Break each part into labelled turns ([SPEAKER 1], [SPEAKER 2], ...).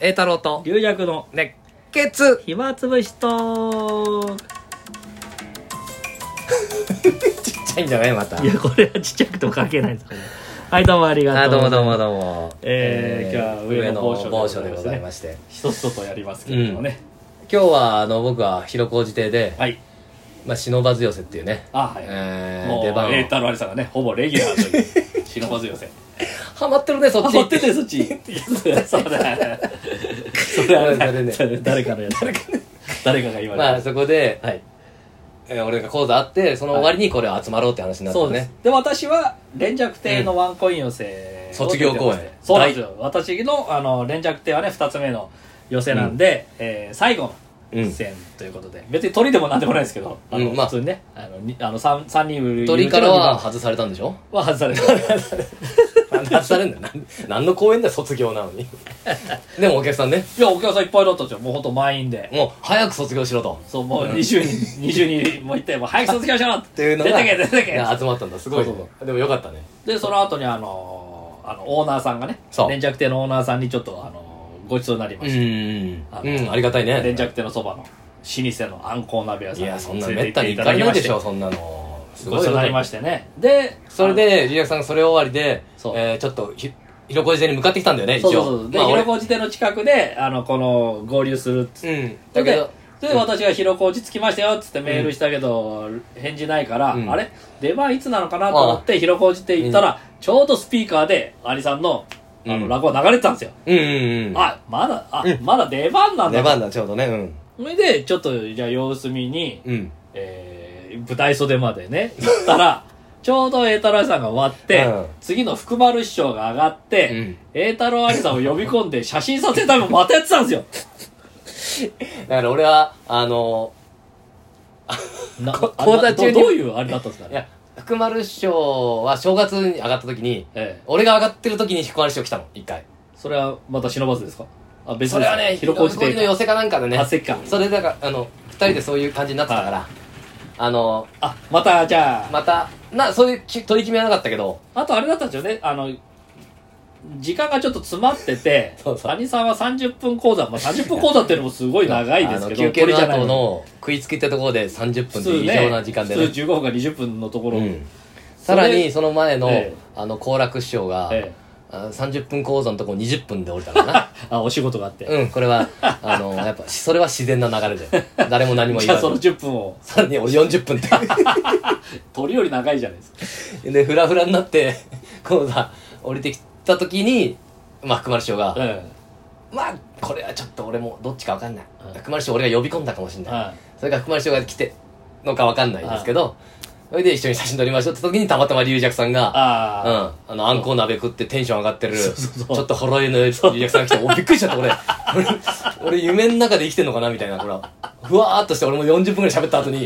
[SPEAKER 1] 栄太郎と
[SPEAKER 2] 龍尺の
[SPEAKER 1] 熱血
[SPEAKER 2] 暇つぶしと
[SPEAKER 1] ちっちゃいんじゃないまた
[SPEAKER 2] いやこれはちっちゃくても関係ないですこれはいどうもありが
[SPEAKER 1] あ
[SPEAKER 2] と
[SPEAKER 1] ど
[SPEAKER 2] う
[SPEAKER 1] うもどうもどうも
[SPEAKER 2] えー今日は上野某所
[SPEAKER 1] 某所でございまして
[SPEAKER 2] ひとひととやりますけれどもね、
[SPEAKER 1] 今日はあの僕は広小路邸で、
[SPEAKER 2] はい
[SPEAKER 1] まあ、忍ばず寄せっていうね、
[SPEAKER 2] あはい、
[SPEAKER 1] えー
[SPEAKER 2] もう
[SPEAKER 1] 出番を
[SPEAKER 2] 栄太郎ありさんがねほぼレギュラーという忍ばず 寄せ
[SPEAKER 1] ハマってるねそ
[SPEAKER 2] あ
[SPEAKER 1] っ
[SPEAKER 2] 持っ
[SPEAKER 1] ち
[SPEAKER 2] ててそっち そうだそれあれだ
[SPEAKER 1] それね
[SPEAKER 2] それ 誰かのやつ誰かが今
[SPEAKER 1] まあそこで、
[SPEAKER 2] はい
[SPEAKER 1] えー俺が講座あってその終わりにこれを集まろうって話になった
[SPEAKER 2] そう
[SPEAKER 1] の
[SPEAKER 2] で
[SPEAKER 1] ね、
[SPEAKER 2] すで私は連弱亭のワンコイン寄せを
[SPEAKER 1] 卒業公演
[SPEAKER 2] そうなんですよ私のあの連弱亭はね2つ目の寄せなんで、えー最後の出演ということで、別に鳥でもなんでもないですけどあの、
[SPEAKER 1] うんまあ
[SPEAKER 2] 普通にねあのにあの 3, 三人いる
[SPEAKER 1] 鳥からは
[SPEAKER 2] うち
[SPEAKER 1] 外されたんでしょ
[SPEAKER 2] の二番は外され てる
[SPEAKER 1] 外されんだよなん何の公演だよ卒業なの にでもお客さんね
[SPEAKER 2] いやお客さんいっぱいだったじゃんもうほんと満員で、
[SPEAKER 1] もう早く卒業しろと
[SPEAKER 2] そうもう20人、20人もう行ってもう早く卒業しろっ
[SPEAKER 1] っていうのが
[SPEAKER 2] 出てけ出てけ
[SPEAKER 1] いや集まったんだすごいね
[SPEAKER 2] そうそう
[SPEAKER 1] でもよかったね
[SPEAKER 2] でその後にあのあのオーナーさんがね
[SPEAKER 1] そう
[SPEAKER 2] 連着亭のオーナーさんにちょっとあのごちそうになりま
[SPEAKER 1] う
[SPEAKER 2] した、
[SPEAKER 1] ん
[SPEAKER 2] あ
[SPEAKER 1] う
[SPEAKER 2] の
[SPEAKER 1] んありがたい
[SPEAKER 2] 連
[SPEAKER 1] ね
[SPEAKER 2] 着亭のそばの老舗のあんこう鍋屋さん
[SPEAKER 1] い
[SPEAKER 2] に
[SPEAKER 1] やそんな
[SPEAKER 2] 連
[SPEAKER 1] め
[SPEAKER 2] れ
[SPEAKER 1] ってた
[SPEAKER 2] 行って
[SPEAKER 1] に
[SPEAKER 2] い
[SPEAKER 1] 行
[SPEAKER 2] た
[SPEAKER 1] か
[SPEAKER 2] だき
[SPEAKER 1] な
[SPEAKER 2] ま
[SPEAKER 1] い
[SPEAKER 2] し
[SPEAKER 1] で
[SPEAKER 2] て
[SPEAKER 1] しょそんなのす
[SPEAKER 2] ごちそうになりま
[SPEAKER 1] し
[SPEAKER 2] してねで
[SPEAKER 1] たそれでリアクさんがそれ終わりで
[SPEAKER 2] そう
[SPEAKER 1] えーちょっとひ広小路邸に向かってきたんだよね
[SPEAKER 2] あの
[SPEAKER 1] 一
[SPEAKER 2] そうそうそ
[SPEAKER 1] 応
[SPEAKER 2] うで
[SPEAKER 1] まあ俺
[SPEAKER 2] 広小路亭の近くであのこの合流するっつって
[SPEAKER 1] うんだ
[SPEAKER 2] だ
[SPEAKER 1] け
[SPEAKER 2] け
[SPEAKER 1] ど
[SPEAKER 2] どで私が広小路着きましたよっつってメールしたけど、返事ないから、
[SPEAKER 1] うん
[SPEAKER 2] あれ出番いつなのかなと思って広小路って行ったら、ちょうどスピーカーでアリさんのあ
[SPEAKER 1] う
[SPEAKER 2] の
[SPEAKER 1] ん
[SPEAKER 2] 落語が流れてたんですよ、
[SPEAKER 1] うんうんうん
[SPEAKER 2] あまだあ、まだ出番なん
[SPEAKER 1] 出
[SPEAKER 2] だ
[SPEAKER 1] 番だちょうどねうん
[SPEAKER 2] それでちょっとじゃあ様子見に、
[SPEAKER 1] うん
[SPEAKER 2] えー、舞台袖までね行ったら ちょうど栄太郎さんが終わって、
[SPEAKER 1] うん
[SPEAKER 2] 次の福丸師匠が上がって栄、太郎ありさんを呼び込んで写真撮影タイムまたやってたんですよ
[SPEAKER 1] だから俺はあの
[SPEAKER 2] な
[SPEAKER 1] こ
[SPEAKER 2] あな
[SPEAKER 1] 講座中に
[SPEAKER 2] どどういうあれだったんですか
[SPEAKER 1] い
[SPEAKER 2] ね
[SPEAKER 1] や福丸師匠は正月に上がった時に
[SPEAKER 2] ええ
[SPEAKER 1] 俺が上がってる時に福丸師匠来たの一回
[SPEAKER 2] それはまた忍ばずですかあ別
[SPEAKER 1] それはね
[SPEAKER 2] 広
[SPEAKER 1] 広小
[SPEAKER 2] 小路
[SPEAKER 1] 路邸
[SPEAKER 2] で
[SPEAKER 1] の寄せかなんかでね
[SPEAKER 2] あせっか
[SPEAKER 1] それだからあの2人でそういう感じになってたから、あの
[SPEAKER 2] あまたじゃあ、
[SPEAKER 1] またなそういうき取り決めはなかったけど
[SPEAKER 2] あとあれだったんですよねあの時間がちょっと詰まってて
[SPEAKER 1] そうそう
[SPEAKER 2] 谷さんは30分講座、まあ、30分講座っていうのもすごい長いですけど
[SPEAKER 1] あの休憩の
[SPEAKER 2] これじゃない
[SPEAKER 1] 後の食いつきってところで30分
[SPEAKER 2] 普
[SPEAKER 1] って
[SPEAKER 2] 通
[SPEAKER 1] いう異
[SPEAKER 2] ね
[SPEAKER 1] 常な時間でね
[SPEAKER 2] 普通15分か20分のところ、
[SPEAKER 1] うん、さらにその前の、
[SPEAKER 2] ええ
[SPEAKER 1] あの好楽師匠が、
[SPEAKER 2] ええ
[SPEAKER 1] あ30分講座のとこ20分で降りたのか な
[SPEAKER 2] あお仕事があって、
[SPEAKER 1] うんこれはあのやっぱそれは自然な流れで誰も何も
[SPEAKER 2] じ
[SPEAKER 1] 言
[SPEAKER 2] ゃ
[SPEAKER 1] わ
[SPEAKER 2] あその
[SPEAKER 1] ず
[SPEAKER 2] 10分を
[SPEAKER 1] さらに俺40分って
[SPEAKER 2] 鳥より長いじゃないですか
[SPEAKER 1] でフラフラになってこうさ降りてきた時にまあ福丸師匠が、
[SPEAKER 2] うん
[SPEAKER 1] まあこれはちょっと俺もどっちかわかんない、
[SPEAKER 2] うん
[SPEAKER 1] 福丸師匠俺が呼び込んだかもしれない、
[SPEAKER 2] は
[SPEAKER 1] それから福丸師匠が来てのかわかんないですけど、それで一緒に写真撮りましょうって時にたまたま龍尺さんが
[SPEAKER 2] あ
[SPEAKER 1] う
[SPEAKER 2] あ、
[SPEAKER 1] ん、あのあんこう鍋食ってテンション上がってる
[SPEAKER 2] そうそう
[SPEAKER 1] ちょっとほろ酔いの龍尺さんが来ておびっくりしちゃった俺 俺俺夢の中で生きてんのかなみたいなほらふわーっとして俺も40分ぐらい喋った後に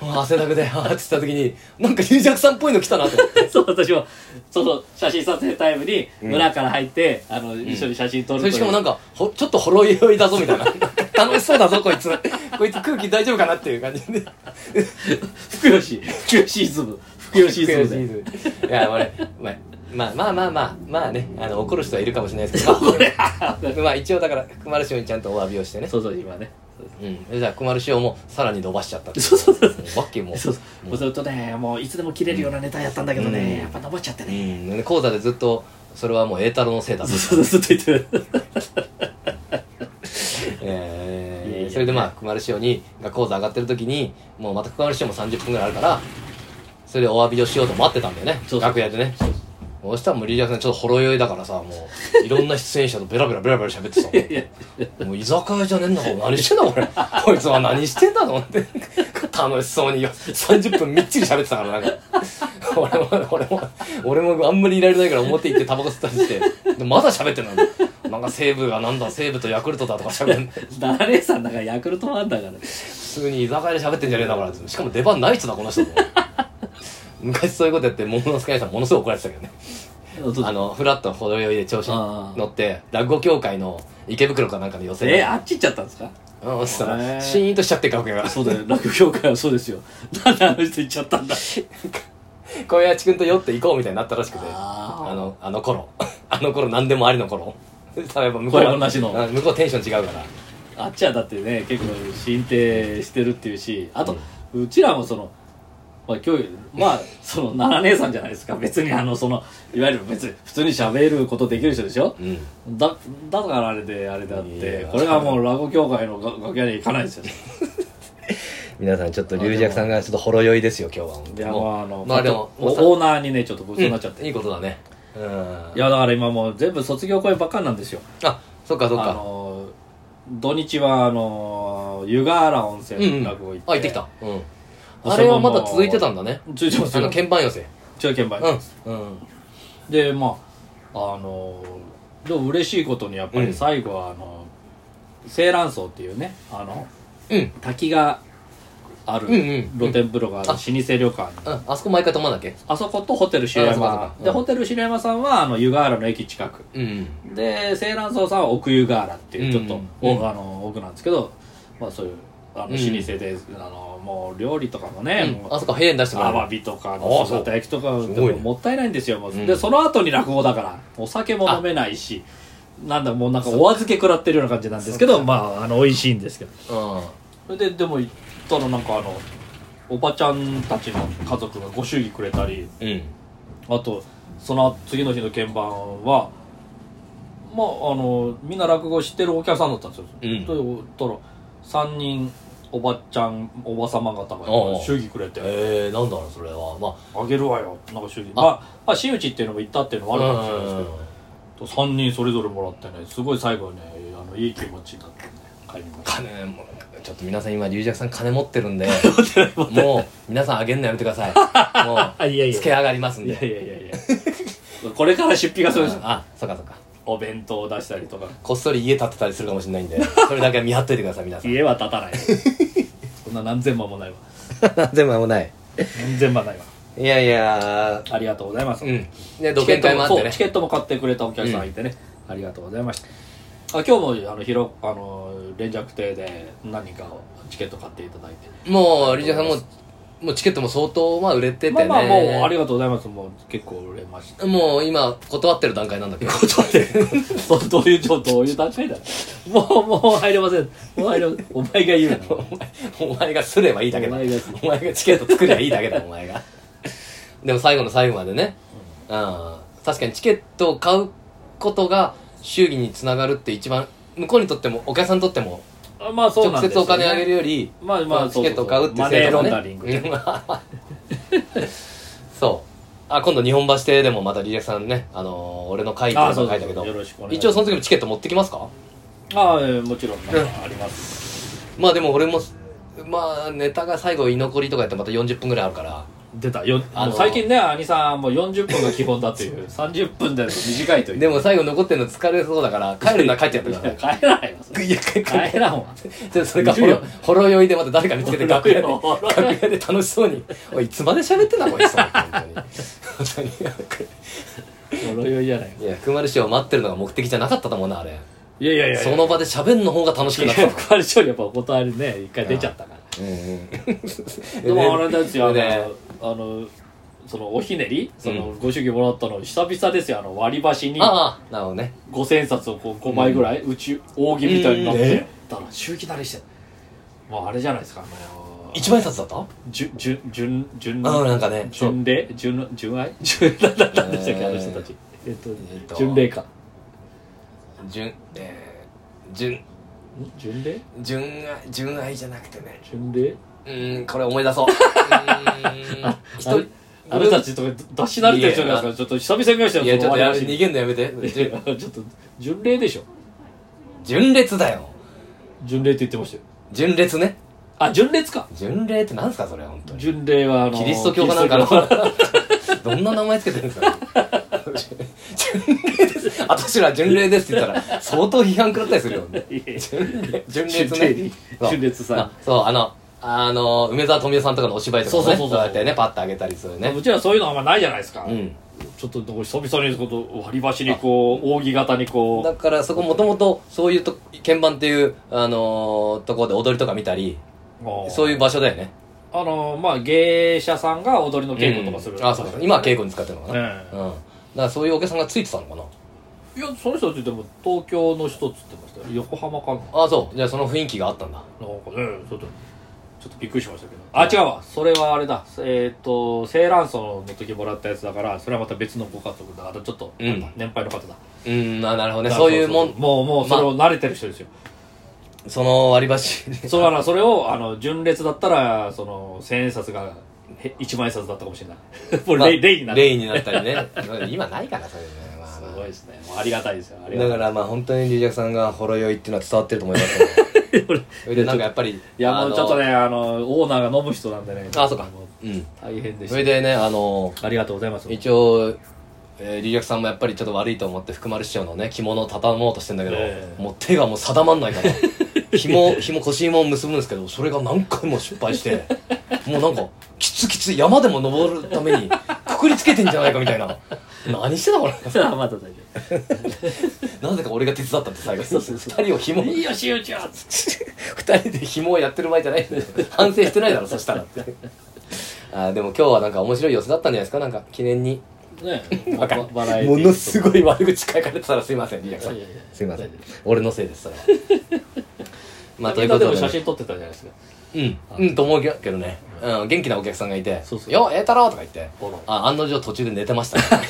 [SPEAKER 1] もう汗だくであーってした時になんか龍尺さんっぽいの来たなと思って
[SPEAKER 2] そう私もその写真撮影タイムに村から入って、あの一緒に写真撮る
[SPEAKER 1] そ
[SPEAKER 2] という
[SPEAKER 1] れしかもなんかほちょっとほろ酔いだぞみたい な楽しそうだぞこいつこいつ空気大丈夫かなっていう感じで
[SPEAKER 2] 福吉福吉イズム福吉イズムで
[SPEAKER 1] いや俺まあまあまあまあまあまあねあの怒る人はいるかもしれないです けど、まあ、 まあ一応だから福丸師匠にちゃんとお詫びをしてね
[SPEAKER 2] そうそう今ね
[SPEAKER 1] うん、じゃあ、くまる師匠もさらに伸ばしちゃったって。
[SPEAKER 2] そうそうそう
[SPEAKER 1] バッキーも。
[SPEAKER 2] そうそうもうずっとねもういつでも切れるようなネタやったんだけどね、
[SPEAKER 1] うん
[SPEAKER 2] やっぱ登っちゃって
[SPEAKER 1] う
[SPEAKER 2] ね、
[SPEAKER 1] ん。で講座でずっと、それはもう栄太郎のせいだと。
[SPEAKER 2] そうそうずっと言ってる
[SPEAKER 1] えー
[SPEAKER 2] いやいや
[SPEAKER 1] それでまあ、くまる師匠に、が講座上がってる時に、もうまたくまる師匠も30分ぐらいあるから、それでお詫びをしようと待ってたんだよね。
[SPEAKER 2] そうそう
[SPEAKER 1] 楽屋でね。そしたらもうリリアさんちょっとほろ酔いだからさ、もう、いろんな出演者とベラベラベラベラ喋ってさ、
[SPEAKER 2] いや
[SPEAKER 1] もう居酒屋じゃねえんだから何してんだこれこいつは何してんだと思って楽しそうに30分みっちり喋ってたからなんか俺も俺も俺もあんまりいられないから表行ってタバコ吸ったりしてでまだ喋ってんのなんか西武がなんだ西武とヤクルトだとか喋って普
[SPEAKER 2] ダレさんだからヤクルトファンだから
[SPEAKER 1] 通に居酒屋で喋ってんじゃねえんだからしかも出番ない人だこの 人と思って昔そういうことやって桃之助兄さんものすごい怒られてたけどねあのフラッと程よいで調子に乗って落語協会の池袋かなんかの寄せで
[SPEAKER 2] えあっち行っちゃったんですか
[SPEAKER 1] うん、そした
[SPEAKER 2] へー
[SPEAKER 1] ら、シーンとしちゃって楽屋が。
[SPEAKER 2] そうだよ 落語協会はそうですよなんであの人行っちゃったんだ
[SPEAKER 1] 小屋地君と酔って行こうみたいになったらしくて、
[SPEAKER 2] あ ー
[SPEAKER 1] あの、あの頃。あの頃何でもありの頃。そしたらやっぱ向
[SPEAKER 2] こ
[SPEAKER 1] こ
[SPEAKER 2] れ
[SPEAKER 1] う
[SPEAKER 2] もなしの
[SPEAKER 1] あ向こうテンション違うから
[SPEAKER 2] あっちはだってね結構進呈してるっていうしあと、うちらもそのまあ今日 まあその奈良姉さんじゃないですか別にあのそのいわゆる別に普通に喋ることできる人でしょ
[SPEAKER 1] うん
[SPEAKER 2] だだからあれであれであっ
[SPEAKER 1] いやい
[SPEAKER 2] て
[SPEAKER 1] や
[SPEAKER 2] これがもうラゴ協会のが楽屋には行かないですよね
[SPEAKER 1] 皆さんちょっと龍尺さんがちょっとほろ酔い ですよ今日は本当に
[SPEAKER 2] いやま
[SPEAKER 1] もう
[SPEAKER 2] ああの、
[SPEAKER 1] まあでも
[SPEAKER 2] おオーナーにねちょっとごちそうになっちゃって、
[SPEAKER 1] うんいいことだねうん
[SPEAKER 2] いやだから今もう全部卒業公演ばっかりなんですよ
[SPEAKER 1] あそっかそっ
[SPEAKER 2] あ
[SPEAKER 1] か
[SPEAKER 2] の土日はあの湯河原温
[SPEAKER 1] うんう
[SPEAKER 2] 泉
[SPEAKER 1] んあ
[SPEAKER 2] 落語行って、
[SPEAKER 1] 行ってきたうんあれはまだ続いてたんだね
[SPEAKER 2] 中長
[SPEAKER 1] あ
[SPEAKER 2] 線
[SPEAKER 1] の鍵盤寄せ
[SPEAKER 2] 中堅売、
[SPEAKER 1] うんうん
[SPEAKER 2] でまああのでも嬉しいことにやっぱ
[SPEAKER 1] う
[SPEAKER 2] り
[SPEAKER 1] ん
[SPEAKER 2] 最後はあの青蘭荘っていうねあの
[SPEAKER 1] うん
[SPEAKER 2] 滝がある
[SPEAKER 1] うんうん
[SPEAKER 2] 露天風呂がある
[SPEAKER 1] あ
[SPEAKER 2] 老舗旅館
[SPEAKER 1] ああそこ毎回泊まんだっけ
[SPEAKER 2] あそことホテル白
[SPEAKER 1] あそうか
[SPEAKER 2] 山
[SPEAKER 1] そうか
[SPEAKER 2] で
[SPEAKER 1] うん
[SPEAKER 2] ホテル白山さんはあの湯河原の駅近く
[SPEAKER 1] うん
[SPEAKER 2] で青蘭荘さんは奥湯河原っていうちょっと
[SPEAKER 1] うん
[SPEAKER 2] 奥あの奥なんですけでまあそういうあの老舗であのもう料理とかもねもう
[SPEAKER 1] あそこ平円出してもら
[SPEAKER 2] ア
[SPEAKER 1] う
[SPEAKER 2] ワビとか
[SPEAKER 1] あ
[SPEAKER 2] の
[SPEAKER 1] あそう
[SPEAKER 2] 姿焼きとか
[SPEAKER 1] す
[SPEAKER 2] で
[SPEAKER 1] ごい
[SPEAKER 2] も
[SPEAKER 1] ね
[SPEAKER 2] もったいないんですよもう
[SPEAKER 1] うん
[SPEAKER 2] でその後に落語だからお酒も飲めないしなんだもうなんかお預け食らってるような感じなんですけどまああの美味しいんですけど
[SPEAKER 1] う
[SPEAKER 2] それででも行ったらなんかあのおばちゃんたちの家族がご祝儀くれたり
[SPEAKER 1] んうん
[SPEAKER 2] あとその次の日の鍵盤はまああのみんな落語知ってるお客さんだったんですよ、
[SPEAKER 1] うん
[SPEAKER 2] と言ったら3人おばちゃんおば様方
[SPEAKER 1] おうお
[SPEAKER 2] が
[SPEAKER 1] う
[SPEAKER 2] 祝儀くれて
[SPEAKER 1] えー、なんだろうそれはま
[SPEAKER 2] あげるわよなんか祝儀
[SPEAKER 1] あ
[SPEAKER 2] まあ、まあ、真打ちっていうのも行ったっていうのもあるかもしれないですけ
[SPEAKER 1] あ
[SPEAKER 2] どと3人それぞれもらってねすごい最後ねあのいい気持ちになってね帰りまし
[SPEAKER 1] 金もちょっと皆さん今龍尺さん金持ってるん でもう皆さんあげんのやめてくださいも
[SPEAKER 2] たいや
[SPEAKER 1] うつけ上がりますん
[SPEAKER 2] いや
[SPEAKER 1] で
[SPEAKER 2] いやいやいやこれから出費がそうです
[SPEAKER 1] あそっかそっか
[SPEAKER 2] お弁当を出したりとか
[SPEAKER 1] こっそり家建てたりするかもしれないんでそれだけは見張っといてください 皆さん
[SPEAKER 2] 家は建たないそんな何千万もないわ
[SPEAKER 1] 全部もない
[SPEAKER 2] 何千万ないわ
[SPEAKER 1] いやいや
[SPEAKER 2] ありがとうございます、
[SPEAKER 1] うんね
[SPEAKER 2] チ
[SPEAKER 1] 独
[SPEAKER 2] ケ
[SPEAKER 1] 演
[SPEAKER 2] ット
[SPEAKER 1] 会もあ
[SPEAKER 2] も
[SPEAKER 1] っ
[SPEAKER 2] そ
[SPEAKER 1] て
[SPEAKER 2] う
[SPEAKER 1] ね
[SPEAKER 2] チケットも買ってくれたお客さんがいてね、ありがとうございましたあ今日もあのひろあの連着亭で何人かをチケット買っていただいて
[SPEAKER 1] もう龍尺さんももうチケットも相当まあ売れててね
[SPEAKER 2] まあまあもうありがとうございますもう結構売れました
[SPEAKER 1] もう今断ってる段階なんだけど断ってる
[SPEAKER 2] どどういう状どういう段階だもうもう入れませんもう入れませんお前 が言うな
[SPEAKER 1] お前がすればいいだけ
[SPEAKER 2] お
[SPEAKER 1] だ
[SPEAKER 2] 前が
[SPEAKER 1] お前がチケット作りゃいいだけだお前がでも最後の最後までね、うん、確かにチケットを買うことが祝儀につながるって一番向こうにとってもお客さんにとっても
[SPEAKER 2] あまあそう
[SPEAKER 1] 直
[SPEAKER 2] なんです
[SPEAKER 1] 接
[SPEAKER 2] よ
[SPEAKER 1] お
[SPEAKER 2] ね
[SPEAKER 1] 金あげるより
[SPEAKER 2] まあまあ
[SPEAKER 1] チケットを買うって
[SPEAKER 2] マ
[SPEAKER 1] 制
[SPEAKER 2] ネー
[SPEAKER 1] 度
[SPEAKER 2] ロン
[SPEAKER 1] が
[SPEAKER 2] ダリング
[SPEAKER 1] ね そうあ今度日本橋亭でもまたリレクさんね、あのー俺の会って
[SPEAKER 2] あ
[SPEAKER 1] 書
[SPEAKER 2] そう
[SPEAKER 1] い
[SPEAKER 2] そう
[SPEAKER 1] たけど
[SPEAKER 2] よろしくお願いしま
[SPEAKER 1] 一
[SPEAKER 2] す
[SPEAKER 1] 応その時もチケット持ってきますか
[SPEAKER 2] ああええもちろんなんかあります
[SPEAKER 1] まあでも俺もまあネタが最後居残りとかやったらまた40分ぐらいあるから
[SPEAKER 2] 出たよ
[SPEAKER 1] あの
[SPEAKER 2] もう最近ね兄さんもう40分が基本だという30分で短いという
[SPEAKER 1] でも最後残ってるの疲れそうだから帰るなら帰っちゃって
[SPEAKER 2] い
[SPEAKER 1] くださ
[SPEAKER 2] や
[SPEAKER 1] い
[SPEAKER 2] 帰らないわそれ
[SPEAKER 1] いや帰帰
[SPEAKER 2] 帰 らんわ
[SPEAKER 1] で それかほろほろ酔いでまた誰か見つけて楽屋で
[SPEAKER 2] ほろ酔い
[SPEAKER 1] 楽屋で楽しそうに「おいいつまで喋ってんだこいつ」本当に本
[SPEAKER 2] ほろ酔いじゃない
[SPEAKER 1] 当にいや福丸師匠を待ってるのが目的じゃなかったと思うなあれ
[SPEAKER 2] いやいやいや
[SPEAKER 1] その場で喋んの方が楽しく
[SPEAKER 2] い
[SPEAKER 1] な
[SPEAKER 2] や
[SPEAKER 1] った
[SPEAKER 2] 福原師匠にやっぱお断りね一回出ちゃったから
[SPEAKER 1] うんうん
[SPEAKER 2] でもあれですよあ
[SPEAKER 1] ね
[SPEAKER 2] のあのそのおひねりそのご祝儀もらったの久々ですよあの割り箸に
[SPEAKER 1] ああなるほどね
[SPEAKER 2] 五千冊をこう5枚ぐらい、うち扇みたいになっ
[SPEAKER 1] うん
[SPEAKER 2] て、
[SPEAKER 1] え
[SPEAKER 2] だから周期慣れしてるもうあれじゃないですかあの
[SPEAKER 1] 一万円札だったあ
[SPEAKER 2] じゅじゅじゅんじゅん
[SPEAKER 1] あなんかねそう
[SPEAKER 2] 巡礼巡巡 愛巡礼だったんでしたっ
[SPEAKER 1] え
[SPEAKER 2] け
[SPEAKER 1] ー
[SPEAKER 2] あの人たちえっと
[SPEAKER 1] えっと
[SPEAKER 2] 巡礼か
[SPEAKER 1] 純えー純
[SPEAKER 2] 巡礼
[SPEAKER 1] 純愛純愛じゃなくてね
[SPEAKER 2] 巡礼
[SPEAKER 1] うーんこれ思い 出そううーん一
[SPEAKER 2] あれ
[SPEAKER 1] 人
[SPEAKER 2] あの人たちとか出し慣れてる人じゃ
[SPEAKER 1] いや
[SPEAKER 2] ないですかちょっと久々に見ましたよ
[SPEAKER 1] いやちょっとやめ
[SPEAKER 2] そ
[SPEAKER 1] 逃
[SPEAKER 2] の割
[SPEAKER 1] げんのやめて
[SPEAKER 2] り箸いやちょっと巡礼でしょ
[SPEAKER 1] 純烈だよ
[SPEAKER 2] 巡礼って言ってましたよ
[SPEAKER 1] 純烈ね
[SPEAKER 2] あ純烈か
[SPEAKER 1] 純烈ってなんすかそれ本当に
[SPEAKER 2] 巡礼はあの
[SPEAKER 1] キリスト教かなんか
[SPEAKER 2] キリ
[SPEAKER 1] の
[SPEAKER 2] スト教
[SPEAKER 1] どんな名前つけてるんですか 純烈です私ら純烈ですって言ったら相当批判食らったりするよね
[SPEAKER 2] いやいや
[SPEAKER 1] 純烈純 烈
[SPEAKER 2] 純烈
[SPEAKER 1] ねそう
[SPEAKER 2] 純烈さん
[SPEAKER 1] あそうあのあの梅沢富美男さんとかのお芝居とかも
[SPEAKER 2] そう
[SPEAKER 1] ね
[SPEAKER 2] そうそうそう
[SPEAKER 1] やってねパッと上げたりするね
[SPEAKER 2] うちはそういうのあんまないじゃないですか、
[SPEAKER 1] うん
[SPEAKER 2] ちょっと久々にこと割り箸にこう扇形にこ
[SPEAKER 1] だからそこもともとそういうと鍵盤っていうあのーとこで踊りとか見たり
[SPEAKER 2] う
[SPEAKER 1] そういうう場所だよね
[SPEAKER 2] あのまあ芸者さんが踊りの稽古とかする、
[SPEAKER 1] うんあそうそう今は稽古に使ってるのかな、
[SPEAKER 2] え
[SPEAKER 1] う
[SPEAKER 2] え
[SPEAKER 1] んだからそういうお客さんがついてたのかな
[SPEAKER 2] いやその人って言っても東京の人っつってましたよ横浜かな
[SPEAKER 1] あそうじゃあその雰囲気があったんだ
[SPEAKER 2] なんかねちょっとちょっとびっくりしましたけどあ違うわそれはあれだえっ、と青蘭荘の時もらったやつだからそれはまた別のご家族だあとちょっと、
[SPEAKER 1] うん
[SPEAKER 2] 年配の方だ
[SPEAKER 1] うんまあなるほどねそういうもん
[SPEAKER 2] もうもうそれを慣れてる 人ですよ、
[SPEAKER 1] その割り箸
[SPEAKER 2] そうだなそれをあの純烈だったらその千円札がへ一万円札だったかもしれない こ
[SPEAKER 1] まあ
[SPEAKER 2] れ例になって
[SPEAKER 1] 例になったりね 今ないからそういうのねまあ
[SPEAKER 2] す
[SPEAKER 1] まあ
[SPEAKER 2] ごいですねもうありがたいですよありが
[SPEAKER 1] だ
[SPEAKER 2] た
[SPEAKER 1] か
[SPEAKER 2] い
[SPEAKER 1] らまあ本当に龍尺さんがほろ酔いっていうのは伝わってると思います よそれでなんかやっぱり
[SPEAKER 2] いやもうちょっと
[SPEAKER 1] あ
[SPEAKER 2] ねあのオーナーが飲む人なんでね
[SPEAKER 1] のあそうか
[SPEAKER 2] も
[SPEAKER 1] うん
[SPEAKER 2] 大変で
[SPEAKER 1] それ
[SPEAKER 2] し
[SPEAKER 1] でねあの
[SPEAKER 2] たありがとうございます
[SPEAKER 1] 一応えー龍尺さんもやっぱりちょっと悪いと思って福丸師匠のね着物を畳もうとしてんだけど、
[SPEAKER 2] ええ
[SPEAKER 1] もう手がもう定まんないから 紐紐腰紐を結ぶんですけどそれが何回も失敗して もうなんかきつきつ山でも登るためにくくりつけてんじゃないかみたいな何してたこれ
[SPEAKER 2] あまた大丈
[SPEAKER 1] なぜか俺が手伝ったって最後
[SPEAKER 2] そうそうそ
[SPEAKER 1] 二
[SPEAKER 2] う
[SPEAKER 1] 人を 紐
[SPEAKER 2] 夫いいよしゅうちゃん
[SPEAKER 1] 二人で紐をやってる場合じゃないんだよ反省してないだろそしたらあーでも今日はなんか面白い寄せだったんじゃないですかなんか記念に
[SPEAKER 2] ね
[SPEAKER 1] わかる
[SPEAKER 2] バラエテ
[SPEAKER 1] も
[SPEAKER 2] ィ
[SPEAKER 1] のすご
[SPEAKER 2] い
[SPEAKER 1] い悪口書かれてたらすいませんリアクさん
[SPEAKER 2] いやいやいや
[SPEAKER 1] すいません
[SPEAKER 2] 大丈夫
[SPEAKER 1] 俺のせいですそれは まあということ
[SPEAKER 2] で
[SPEAKER 1] で
[SPEAKER 2] も
[SPEAKER 1] ね、
[SPEAKER 2] 写真撮ってたじゃないですか
[SPEAKER 1] うんうんと思うけどね、うん、元気なお客さんがいて
[SPEAKER 2] そうそう
[SPEAKER 1] よ栄太郎」とか言って
[SPEAKER 2] ほら
[SPEAKER 1] あ案の定途中で寝てました、 ね、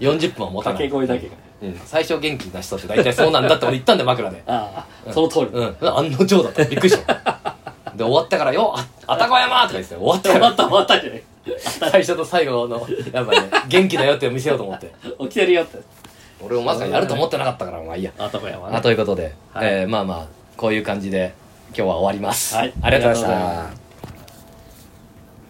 [SPEAKER 1] 40分は持た
[SPEAKER 2] 掛
[SPEAKER 1] な
[SPEAKER 2] け
[SPEAKER 1] い、
[SPEAKER 2] 声だけが
[SPEAKER 1] うん、最初元気な人って大体そうなんだって俺言ったんで 枕で
[SPEAKER 2] ああその通り
[SPEAKER 1] うん、案の定だった。びっくりした。で、終わったから、よ、あ、あたこやまとか言ってたよ、終わったか
[SPEAKER 2] 終わ
[SPEAKER 1] ら。
[SPEAKER 2] った終わったじゃない
[SPEAKER 1] 最初と最後の、やっぱね、元気だよって見せようと思って。
[SPEAKER 2] 起きてるよって
[SPEAKER 1] 俺もまさかやると思ってなかったから、まあいいや。
[SPEAKER 2] あたこやま
[SPEAKER 1] あということで、
[SPEAKER 2] はい
[SPEAKER 1] えーまあまあ、こういう感じで、今日は終わります。
[SPEAKER 2] はい
[SPEAKER 1] ありがとうございま
[SPEAKER 2] ありがとうござい
[SPEAKER 1] し
[SPEAKER 2] ま
[SPEAKER 1] た。